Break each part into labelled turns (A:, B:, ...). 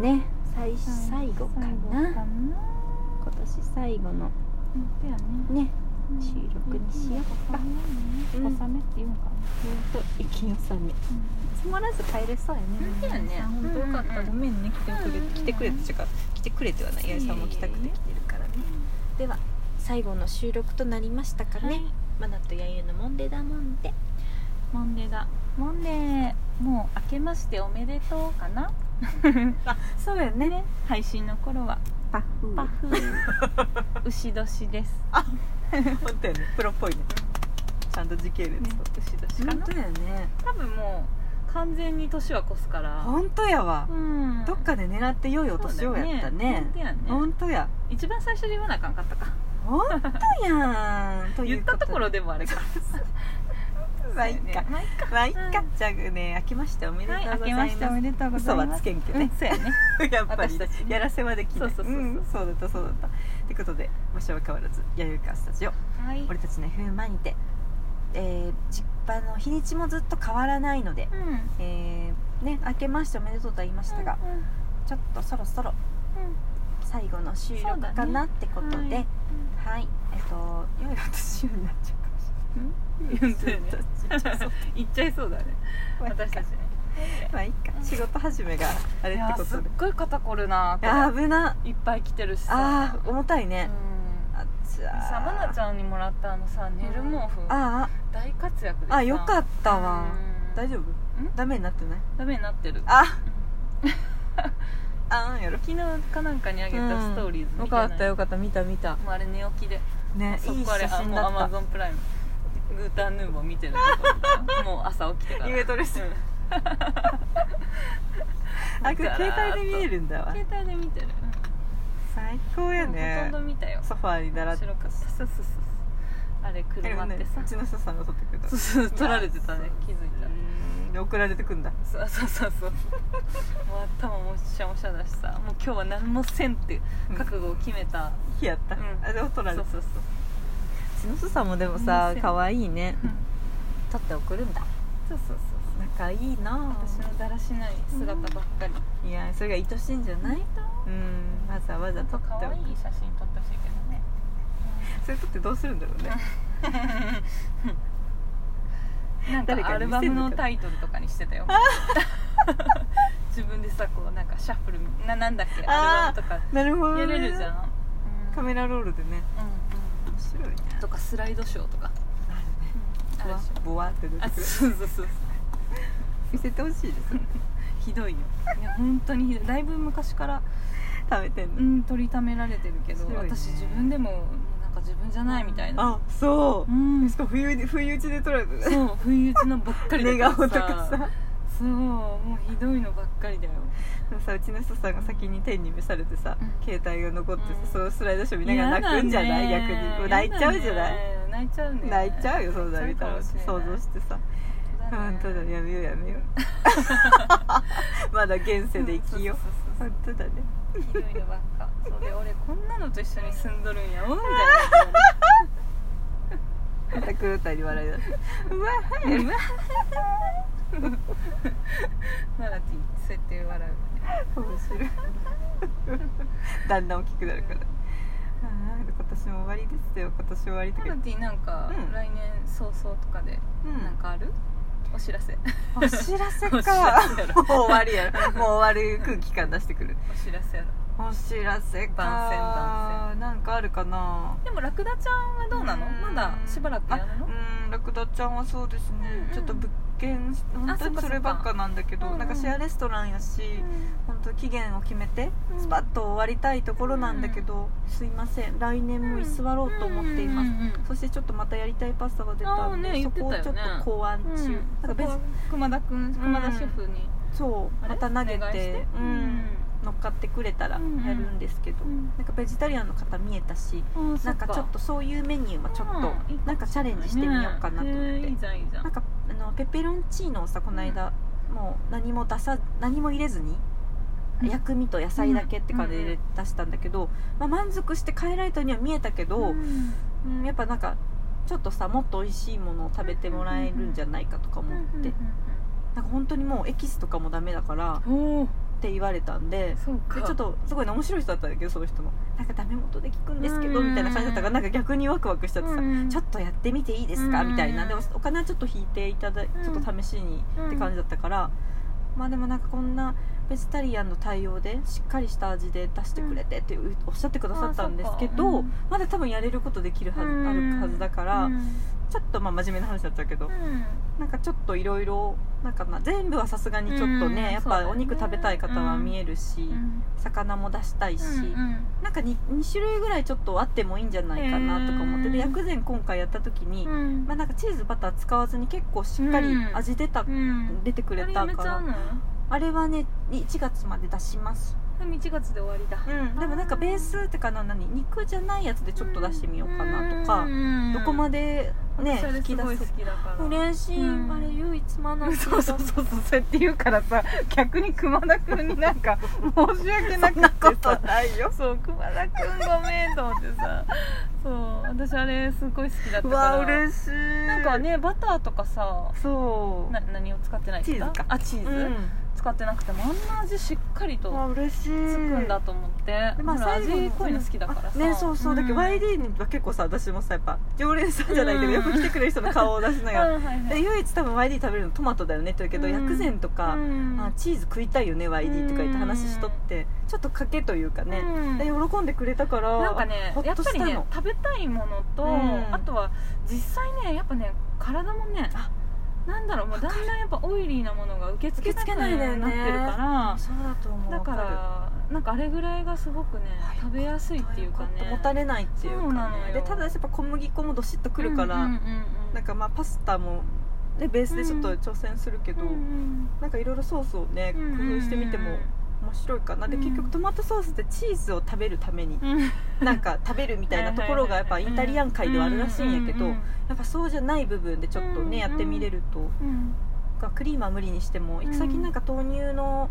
A: ね最
B: 最
A: 最後
B: 後
A: か
B: かな
A: な今年最後の
B: うんだよね
A: ね
B: うん
A: 収録にしようか
B: 雪
A: う
B: の
A: ん
B: 小雨ね小雨って言うんかな
A: ほんと雪のさめ積もらず帰れそうやね
B: 本当やね
A: 本当よかった、
B: うんうん
A: ごめんね来てくれて来てくれてっていうか来てくれてはない八重さんも来たくて来てるからねでは最後の収録となりましたかね、
B: はい
A: マナとやゆのモンデダモンデ
B: モンデーだモンデーもう明けましておめでとうか な
A: あ
B: そうやね配信の頃は
A: パフ
B: パフ 牛年 です
A: 本当やねプロっぽいねちゃんと時系列
B: ね牛年かな
A: やね
B: 多分もう完全に年は越すから
A: 本当やわ
B: うん
A: で狙って良いお
B: そうだよね
A: ほんとや
B: 一番最初に言わなあかんかったか
A: 本当やんとい
B: 言
A: う
B: った
A: こと
B: ころでもあれか
A: まあいっか
B: まあいっか
A: まあいっか、
B: うん
A: じゃあね明けましておめでとうございます、
B: はい明けましておめでとうござ
A: 嘘は
B: います
A: つけんけど
B: うん
A: ね、
B: そうやね
A: やっぱり
B: 私たちね
A: やらせはできない
B: そうそうそうそうん
A: そうだったそうだったってことで場所は変わらず弥生川スタジオ
B: はい
A: 俺たちの冬間にて、えー、実家の日にちもずっと変わらないので、
B: うん
A: えーね明けましておめでとうとは言いましたが、
B: うん
A: ちょっとそろそろ
B: うん
A: 最後の収録かなってことで、
B: そうだね
A: はい
B: はい、
A: えっ、と良いお年をになっちゃうかもしれない
B: うんそうやね
A: ちょっとちょっとそう
B: 言っちゃいそうだね
A: まあいっ
B: 私
A: か
B: たちね
A: まあいっか仕事始めがあれ
B: い
A: って
B: や
A: こ
B: ーす
A: と
B: っ
A: で
B: ごい肩こるなこれ
A: あー危ない
B: っぱい来てるしさ
A: あー重たいね、
B: うん
A: あじゃあ
B: さまなちゃんにもらったあのさ寝る毛布
A: あ
B: 大活躍で
A: あ
B: さ
A: あよかったわ
B: うん
A: 大丈夫ダメになってない
B: ダメになってる
A: あ
B: うん
A: あんやろ
B: 昨日かなんかにあげたストーリーズ
A: よ
B: みた
A: か
B: い
A: っ
B: な
A: たよかった見た見た
B: もうあれ寝起きで
A: ね
B: そ
A: いい
B: こあれ
A: 写
B: あ
A: 真
B: もう
A: だ
B: アマ
A: っ
B: ゾンプライムグータンヌーボー見てるとこもう朝起きてか
A: た
B: ら
A: 夢トレス
B: うん
A: あこれ携帯で見えるんだわ
B: 携帯で見てる、
A: 最高
B: うん
A: や
B: ほ
A: ね
B: とんど見たよ
A: ソファーに並
B: 面
A: って
B: 白かったそうそうそうそうあれ
A: で
B: 車
A: も
B: っ
A: ね
B: てさ
A: うちのスタッフさんが撮ってくれた
B: そうそう撮られてたね気づいた
A: うん送られてくんだ
B: そうそうそうそうもう頭もしゃもしゃだしさもう今日は何もせんって覚悟を決めた、
A: 日やった
B: うん
A: あでも撮られ
B: そ
A: た
B: うそうそう
A: ちのすさんもでも
B: う
A: さ
B: ん
A: 可愛いね
B: うん
A: 撮って送るんだ
B: そうそうそうそう
A: 仲いいな
B: 私のだらしない姿ばっかり、
A: いやそれが愛しいんじゃないうんわざわざ撮
B: と
A: って
B: 可愛い写真撮ってほしいけどね
A: それ撮ってどうするんだろうね
B: なん
A: 誰
B: か
A: か
B: ア
A: に
B: ル
A: 見せ
B: バ
A: るのか
B: ムのタイトルとかにしてたよ 自分でさこうなんかシャッフルななんだっけア
A: あー
B: ルバムとか
A: なるほどね
B: やれるじゃん、うん
A: カメラロールでね
B: うんう
A: 面白いね
B: んとかスライドショーとか、
A: あるね
B: あ
A: ボ
B: る
A: ワ
B: でしょ
A: ボワって出て
B: あ
A: くる
B: そうそ うそう
A: 見せてほしいです
B: ひどいよいや本当にひどいだいぶ昔から、
A: 食べてん
B: う
A: の
B: ん、取りためられてるけど、
A: 面白いね
B: 私自分でももうなんか自分じゃないみたいな
A: あそううんし
B: そ
A: かも冬に冬打ちで撮られたね
B: う不意打ちのばっかり
A: 寝
B: だ
A: 顔
B: から
A: とかさ
B: そうもうひどいのばっかりだよ
A: でもさうちの人さんが先に天に召されてさ、
B: うん
A: 携帯が残ってさ、
B: うん
A: そのスライドショー見ながら泣くんじゃない、
B: 嫌だ
A: 逆
B: ね
A: にもう泣いちゃうじゃない、
B: 嫌だね泣いちゃうね
A: 泣いちゃうよそんな
B: 泣
A: 見
B: いち
A: た
B: ゃうからもしれない
A: 想像してさ本当だねやめようやめよう まだ現世で生きよう
B: そ
A: 本
B: う
A: 当だね
B: そうそうそうひどいのばっかそうで俺こんなのと一緒に住んどるんやおんだよ
A: また黒谷に笑いだすうわ
B: うわマナティーそうやって笑う
A: 面白いだんだん大きくなるからあー今年も終わりですよ今年終わりとか
B: マ
A: 言っ
B: ナ
A: て
B: ティーなんか、
A: うん
B: 来年早々とかで
A: うん
B: なんかある、お知らせ
A: お知らせ
B: お知らせや
A: か も
B: ろ
A: う終わりやろもう終わる空気感出してくる
B: お知らせやろ
A: お知らせか
B: 番宣番
A: なんかあるかな
B: でもラクダちゃんはどうなの
A: ん
B: まだしばらくやるの
A: あうんラクダちゃんはそうですね、
B: うん
A: ちょっと物件本当
B: そっ
A: に
B: かそっか
A: そればっかなんだけど、
B: うんうん
A: なんかシェアレストランやし、本当期限を決めて
B: うん
A: スパッと終わりたいところなんだけど、すいません来年も居座ろうと思っています、
B: うんうんうんうん
A: そしてちょっとまたやりたいパスタが出たんで、
B: あーね
A: そこをちょ
B: 言
A: っ
B: ってたよね
A: と考案中、
B: うん
A: なんか別
B: そこは熊田君熊田シェフに、
A: そう
B: あれ
A: また投げ、
B: お願いして
A: うん乗っかってくれたらやるんですけど、
B: うん
A: なんかベジタリアンの方見えたし、
B: うんあそ
A: なんかちょっとそういうメニューはちょっと、なんかチャレンジしてみようかなと思って、
B: ねいいじゃんいいじゃん
A: なんかあのペペロンチーノをさこの間、もう何も出さ何も入れずに、
B: うん
A: 薬味と野菜だけって感じで出したんだけど、まあ、満足して帰られたには見えたけど、
B: うん
A: うんやっぱなんかちょっとさもっと美味しいものを食べてもらえるんじゃないかとか思って、
B: うんうん
A: なんか本当にもうエキスとかもダメだから
B: うんうんおー
A: って言われたんで
B: そう
A: で
B: か
A: ちょっとすごいね面白い人だったんだけどその人もなんかダメ元で聞くんですけど
B: うん
A: みたいな感じだったからなんか逆にワクワクしちゃってさ
B: うん
A: ちょっとやってみていいですか
B: うん
A: みたいなでもお金はちょっと引いていただちょっと試しに
B: うん
A: って感じだったからまあでもなんかこんなベジタリアンの対応でしっかりした味で出してくれてっていうおっしゃってくださったんですけ
B: あそ
A: ど
B: っか
A: まだ多分やれることできるはずあるはずだから
B: うん
A: ちょっとまあ真面目な話になっちゃうけど
B: うん
A: なんかちょっといろいろなんかな全部はさすがにちょっとね、
B: うん
A: やっ
B: そうだよ
A: ぱ
B: ね
A: お肉食べたい方は見えるし、
B: うん
A: 魚も出したいし、
B: うん
A: なんか 2, 種類ぐらいちょっとあってもいいんじゃないかなとか思って、
B: うん
A: で薬膳今回やった時に、
B: うん
A: まあ、なんかチーズバター使わずに結構しっかり
B: うん
A: 味出た、
B: うん
A: 出てくれた
B: あれやめ
A: か
B: ちゃ
A: ら
B: うの
A: あれはね1月まで出します、
B: でも1月で終わりだ
A: でもなんかベースってかな何肉じゃないやつでちょっと出してみようかなとか、どこま
B: で
A: でね引き出
B: 好
A: せ
B: きだから
A: 嬉しい、
B: うん
A: あれ唯一マ ナー
B: そうそうそうそうそうやって言うからさ逆に熊田くんになんか申し訳なくて
A: そんな
B: さないよそう熊田くんごめんと思ってさそう私あれすごい好きだった
A: う
B: から
A: わ嬉しい
B: なんかねバターとかさ
A: そう
B: な何を使ってないって言った
A: チーズか
B: あチーズ、使ってなくてもあんな味しっかりと
A: うん、あ嬉しい
B: つくんだと思って、
A: で
B: まあ、
A: 最後
B: 味濃いの好きだからさ
A: ねそうそうだけど
B: ん
A: YD は結構さ私もさやっぱ常連さんじゃないけど、
B: うん
A: よく来てくれる人の顔を出しながら、
B: うんはいは
A: で
B: い
A: 唯一多分 YD 食べるのトマトだよねって言うけど、
B: うん
A: 薬膳とか、
B: うん
A: あチーズ食いたいよね YD とか言って話しとって、ちょっと賭けというかね、
B: うん
A: で喜んでくれたから
B: なんかね
A: ほっ
B: やっ
A: と
B: ぱ
A: し
B: り
A: た
B: ね
A: の
B: 食べたいものと、
A: うん
B: あとは実際ねやっぱね体もね
A: あ
B: なんだろうもうだんだんやっぱオイリーなものが受け付けなく
A: 受け
B: なっ
A: 付け
B: て
A: ない
B: る
A: んだ
B: か
A: よね
B: ら
A: そうだと思う
B: だからなんかあれぐらいがすごくね
A: はい
B: 食べやすいっていうかね
A: もたれないっていう
B: そう
A: か、
B: なの
A: ね、
B: よ
A: でただやっぱ小麦粉もどしっとくるから、
B: うんうんうんうん
A: なんかまあパスタも、ね、ベースでちょっと挑戦するけど、
B: うんうん
A: なんかいろいろソースをね工
B: うん
A: 夫してみても面白いかな、
B: うん
A: で結局トマトソースでチーズを食べるために
B: うんうん
A: なんか食べるみたいなところがやっぱイタリアン界ではあるらしいんやけど
B: う
A: やっぱそうじゃない部分でちょっと
B: うんうん
A: ねやってみれると
B: うん
A: なんかクリームは無理にしても
B: ん
A: 最近なんか豆乳の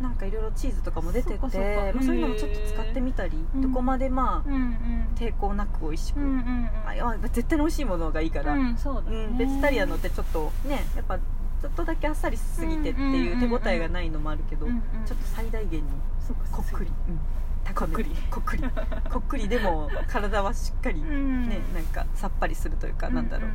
A: なんかいろいろチーズとかも出てて
B: そ
A: ま
B: っ
A: あ
B: か
A: そ
B: そ
A: う
B: っか
A: いうのもちょっと使ってみたり
B: うん
A: どこまでま
B: うんうん
A: あ抵抗なく美味しく
B: うんうんうん
A: あいや絶対に美味しいものがいいから
B: うんそうだ
A: う
B: ね
A: んベジタリアンのってちょっとねやっぱちょっとだけあっさりしすぎてっていう手応えがないのもあるけど
B: うんうん
A: ちょっと最大限に
B: そうか
A: こっくり、高め
B: こっくり
A: こっくりこっくりでも体はしっかり、
B: う
A: ね
B: ん
A: なんかさっぱりするというか、なんだろう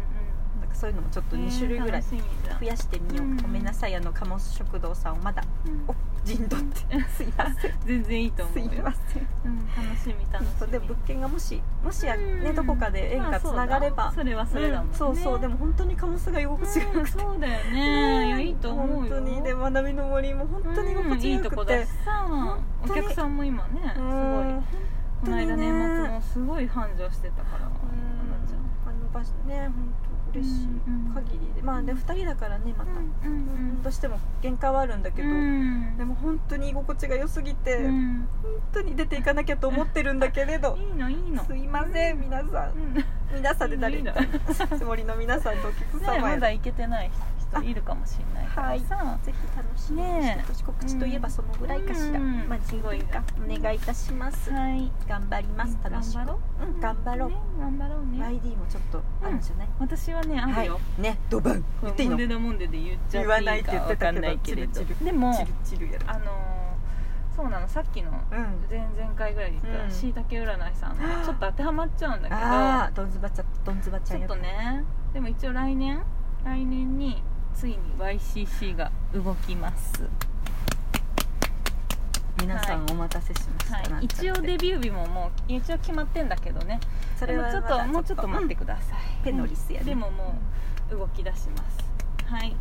A: なんかそういうのもちょっと2種類ぐらい
B: えー楽しみだ
A: 増やしてみよう、
B: うん
A: ごめんなさいあの鴨食堂さんをまだ
B: うん
A: お陣取ってすいません
B: 全然いいと思う
A: す
B: よ
A: いません
B: うん楽しみ楽し
A: そう
B: み
A: でも物件がもしもしや、ね
B: うん
A: どこかで縁
B: ま
A: が
B: あ
A: つ
B: そうだ
A: ながれば、
B: それはそれだもん
A: うん
B: ね
A: そうそうでも本当にカモスが居心地が
B: う
A: 良
B: ん
A: くて、
B: そうだよねいやいいと思うよ
A: 本当にで学びの森も本当に居心地
B: うんいい
A: が
B: と
A: 良
B: こ
A: く
B: だ
A: て
B: し、さ
A: 本
B: お
A: 当に
B: 客さんも今ねす
A: うん
B: ごいこの間
A: 本当にね
B: 年末もすごい繁盛してたから
A: うんあの場所ね本当嬉しい
B: うんうん
A: 限りでまあで2人だからねまた、
B: うんうんうん
A: どうしても限界はあるんだけど、
B: うん
A: でも本当に居心地が良すぎて、
B: うん
A: 本当に出ていかなきゃと思ってるんだけれど
B: いいのいいの
A: すいません皆さ
B: うんん
A: 皆さんで誰
B: いい
A: か
B: の
A: つもりの皆さんとお客
B: ね
A: 様
B: ま
A: へ、
B: だ行けてない人いるかもしれないからさ
A: ぜひ楽しみにして
B: ねえ
A: 年告知といえばそのぐらいかしら、
B: うん
A: まあ人類かお願いいたします、
B: はい
A: 頑張ります楽しく
B: 頑張ろ
A: う、ん、頑張ろう、
B: ね頑張ろうね
A: YD もちょっとあるんじゃない、
B: 私はねあるよ、
A: いねドバン言っていいの
B: モンデダモンデで言っちゃ
A: 言わない
B: い
A: っ
B: い
A: て言っ
B: か
A: て
B: わか
A: たけ
B: ん
A: ど
B: ないけれど
A: チルチル
B: でも
A: チルチルやる
B: あのーそうなのさっきの
A: うん
B: 前々回ぐらいで言っ
A: うん
B: たしいたけ占いさんのちょっと当てはまっちゃうん
A: あ
B: だ
A: あドンズバちゃんドンズバち
B: け
A: ゃ
B: ど
A: ん
B: ちょ
A: や
B: っとねでも一応来年来年についに YCC が動きます、
A: 皆さんお待たせしました、
B: は
A: なん
B: い、
A: ちゃって
B: 一応デビュー日ももう一応決まってんだけどね
A: それは
B: でもちょっともうちょっと待ってください、
A: ペノリスやね
B: でももう動き出しますはい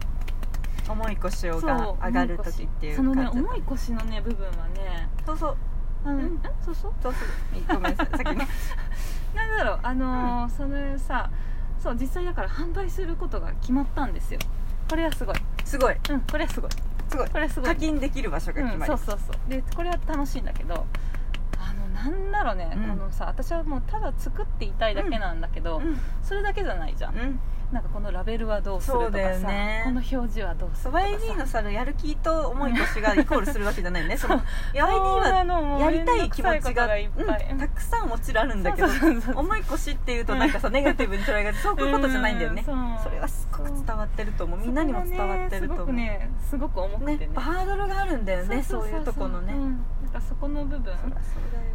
A: だ重い腰をが上がる時っていう
B: その
A: 感じ
B: ね
A: だった
B: 重い腰のね部分はね
A: そうそう
B: うん、
A: うん
B: んそうそう
A: そうそうごめんなさい先に
B: なんだろうあのーそのさそう実際だから販売することが決まったんですよこれはすごい
A: すごい
B: うんこれはすごい
A: すごい
B: これはすごい
A: 課金できる場所が決まり、
B: うん、そうそうそうでこれは楽しいんだけどあのなんだろうね、
A: うん
B: あのさ私はもうただ作っていたいだけなんだけど、
A: うん
B: それだけじゃないじゃん、
A: うん
B: なんかこのラベルはどうするとか
A: そう
B: さ、
A: だよね
B: この表示はどうするとかさ
A: YD のさやる気と思い腰がイコールするわけじゃないよねその YD
B: そうな
A: は
B: のもう
A: やりたい気持
B: めんど
A: ち
B: くさこと
A: が
B: いっぱい
A: うんたくさんもちろんあるんだけど
B: そうそうそうそう
A: 思い腰っていうとなんかさネガティブに捉えがちそういうことじゃないんだよね
B: う
A: そ
B: んそう
A: れはすごく伝わってると思うみんなにも伝わってると
B: そ
A: 思
B: こ
A: う
B: がねすごくねすごく重くてね
A: ねハードルがあるんだよねそういうとこのね
B: うんなんかそこの部分
A: そりゃそうだよ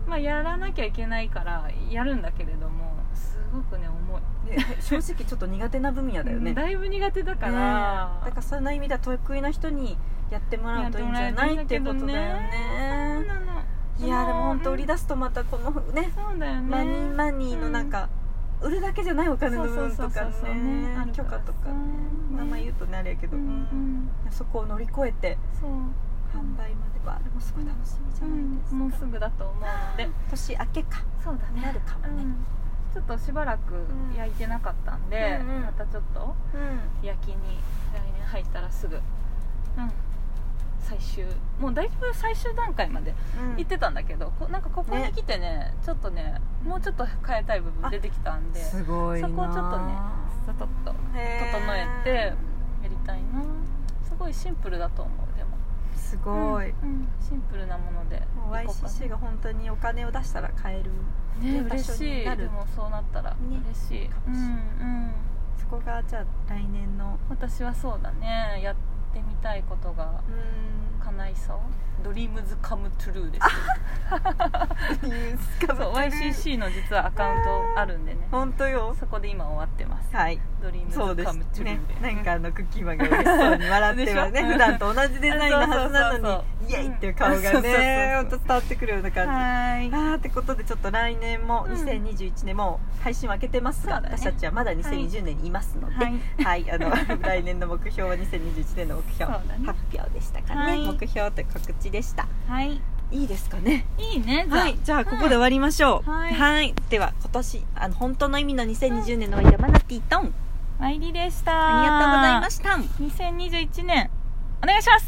B: まあやらなきゃいけないからやるんだけれどもすごくね重い
A: で正直ちょっと苦手な分野だよね
B: だいぶ苦手だから、
A: ねだからそんな意味では得意な人にやってもらうといいんじゃないっていうことだよ
B: そう
A: ね
B: なの
A: いやでも本当売り
B: だ
A: 出すとまたこのね
B: そうだよね
A: マニーマニーのなんか、売るだけじゃないお金の部分とか
B: そうそうそうそうねあ
A: ね
B: る
A: 許
B: から
A: 可とかね
B: そう
A: 名前言うとねあれやけ
B: う
A: ど、
B: んうん
A: そこを乗り越えて
B: そう
A: 販売まではでもすごい楽しみじ
B: う
A: ゃない
B: ん
A: ですか、
B: もうすぐだと思うので
A: 年明けか
B: そうだ
A: なるかも
B: う
A: ね、
B: んちょっとしばらく焼いてなかったんで、
A: うんうん
B: またちょっと焼きに来年入ったらすぐうん最終もうだいぶ最終段階まで
A: うん
B: 行ってたんだけど、こなんかここに来てねちょっとねもうちょっと変えたい部分出てきたんでちょっ
A: すごいな
B: そこをちょっとねと整えて
A: へ
B: やりたいなすごいシンプルだと思うでも
A: ーすごい、
B: うんうんシンプルなもので
A: もう
B: 行こうかな
A: YCC が本当にお金を出したら買える
B: ね
A: 場
B: 嬉
A: 所
B: し
A: に
B: い
A: なる
B: でもそうなったら
A: ね
B: 嬉しい、
A: か
B: う
A: も
B: ん
A: し
B: う
A: れない
B: ん
A: そこがじゃあ来年の
B: 私はそうだねやってみたいことが
A: うん
B: 叶いそうドリームズカムトゥルーです そう YCC の実はアカウントあるんでね
A: 本当よ
B: そこで今終わってます
A: はい
B: ドリームズ
A: そうで
B: カ
A: す
B: ムトゥル
A: ね
B: ーで
A: なんかあのクッキーマンが嬉しそうに笑ってはね
B: でしょ
A: 普段と同じデザインのはずな
B: そ
A: の
B: うそうそうそう
A: にイエイっていう顔がね
B: う
A: ほ
B: ん
A: んと伝わってくるような
B: は
A: 感じ
B: ーい
A: あーってことでちょっと来年も
B: うん
A: 2021年もう配信は開けてますが、
B: そうだね
A: 私たちはまだ2020年にいますので、
B: はい
A: はい、 あの来年の目標は2021年の目標、
B: そうだね
A: 発表でしたかね、
B: はい
A: 目標と告知でした
B: はい
A: いいですかね
B: いいね
A: はいじゃあここで終わりましょう
B: はい
A: では今年あの本当の意味の2020年の山名ティートン
B: まいりでした
A: ありがとうございま
B: し
A: した
B: た2021年お願いします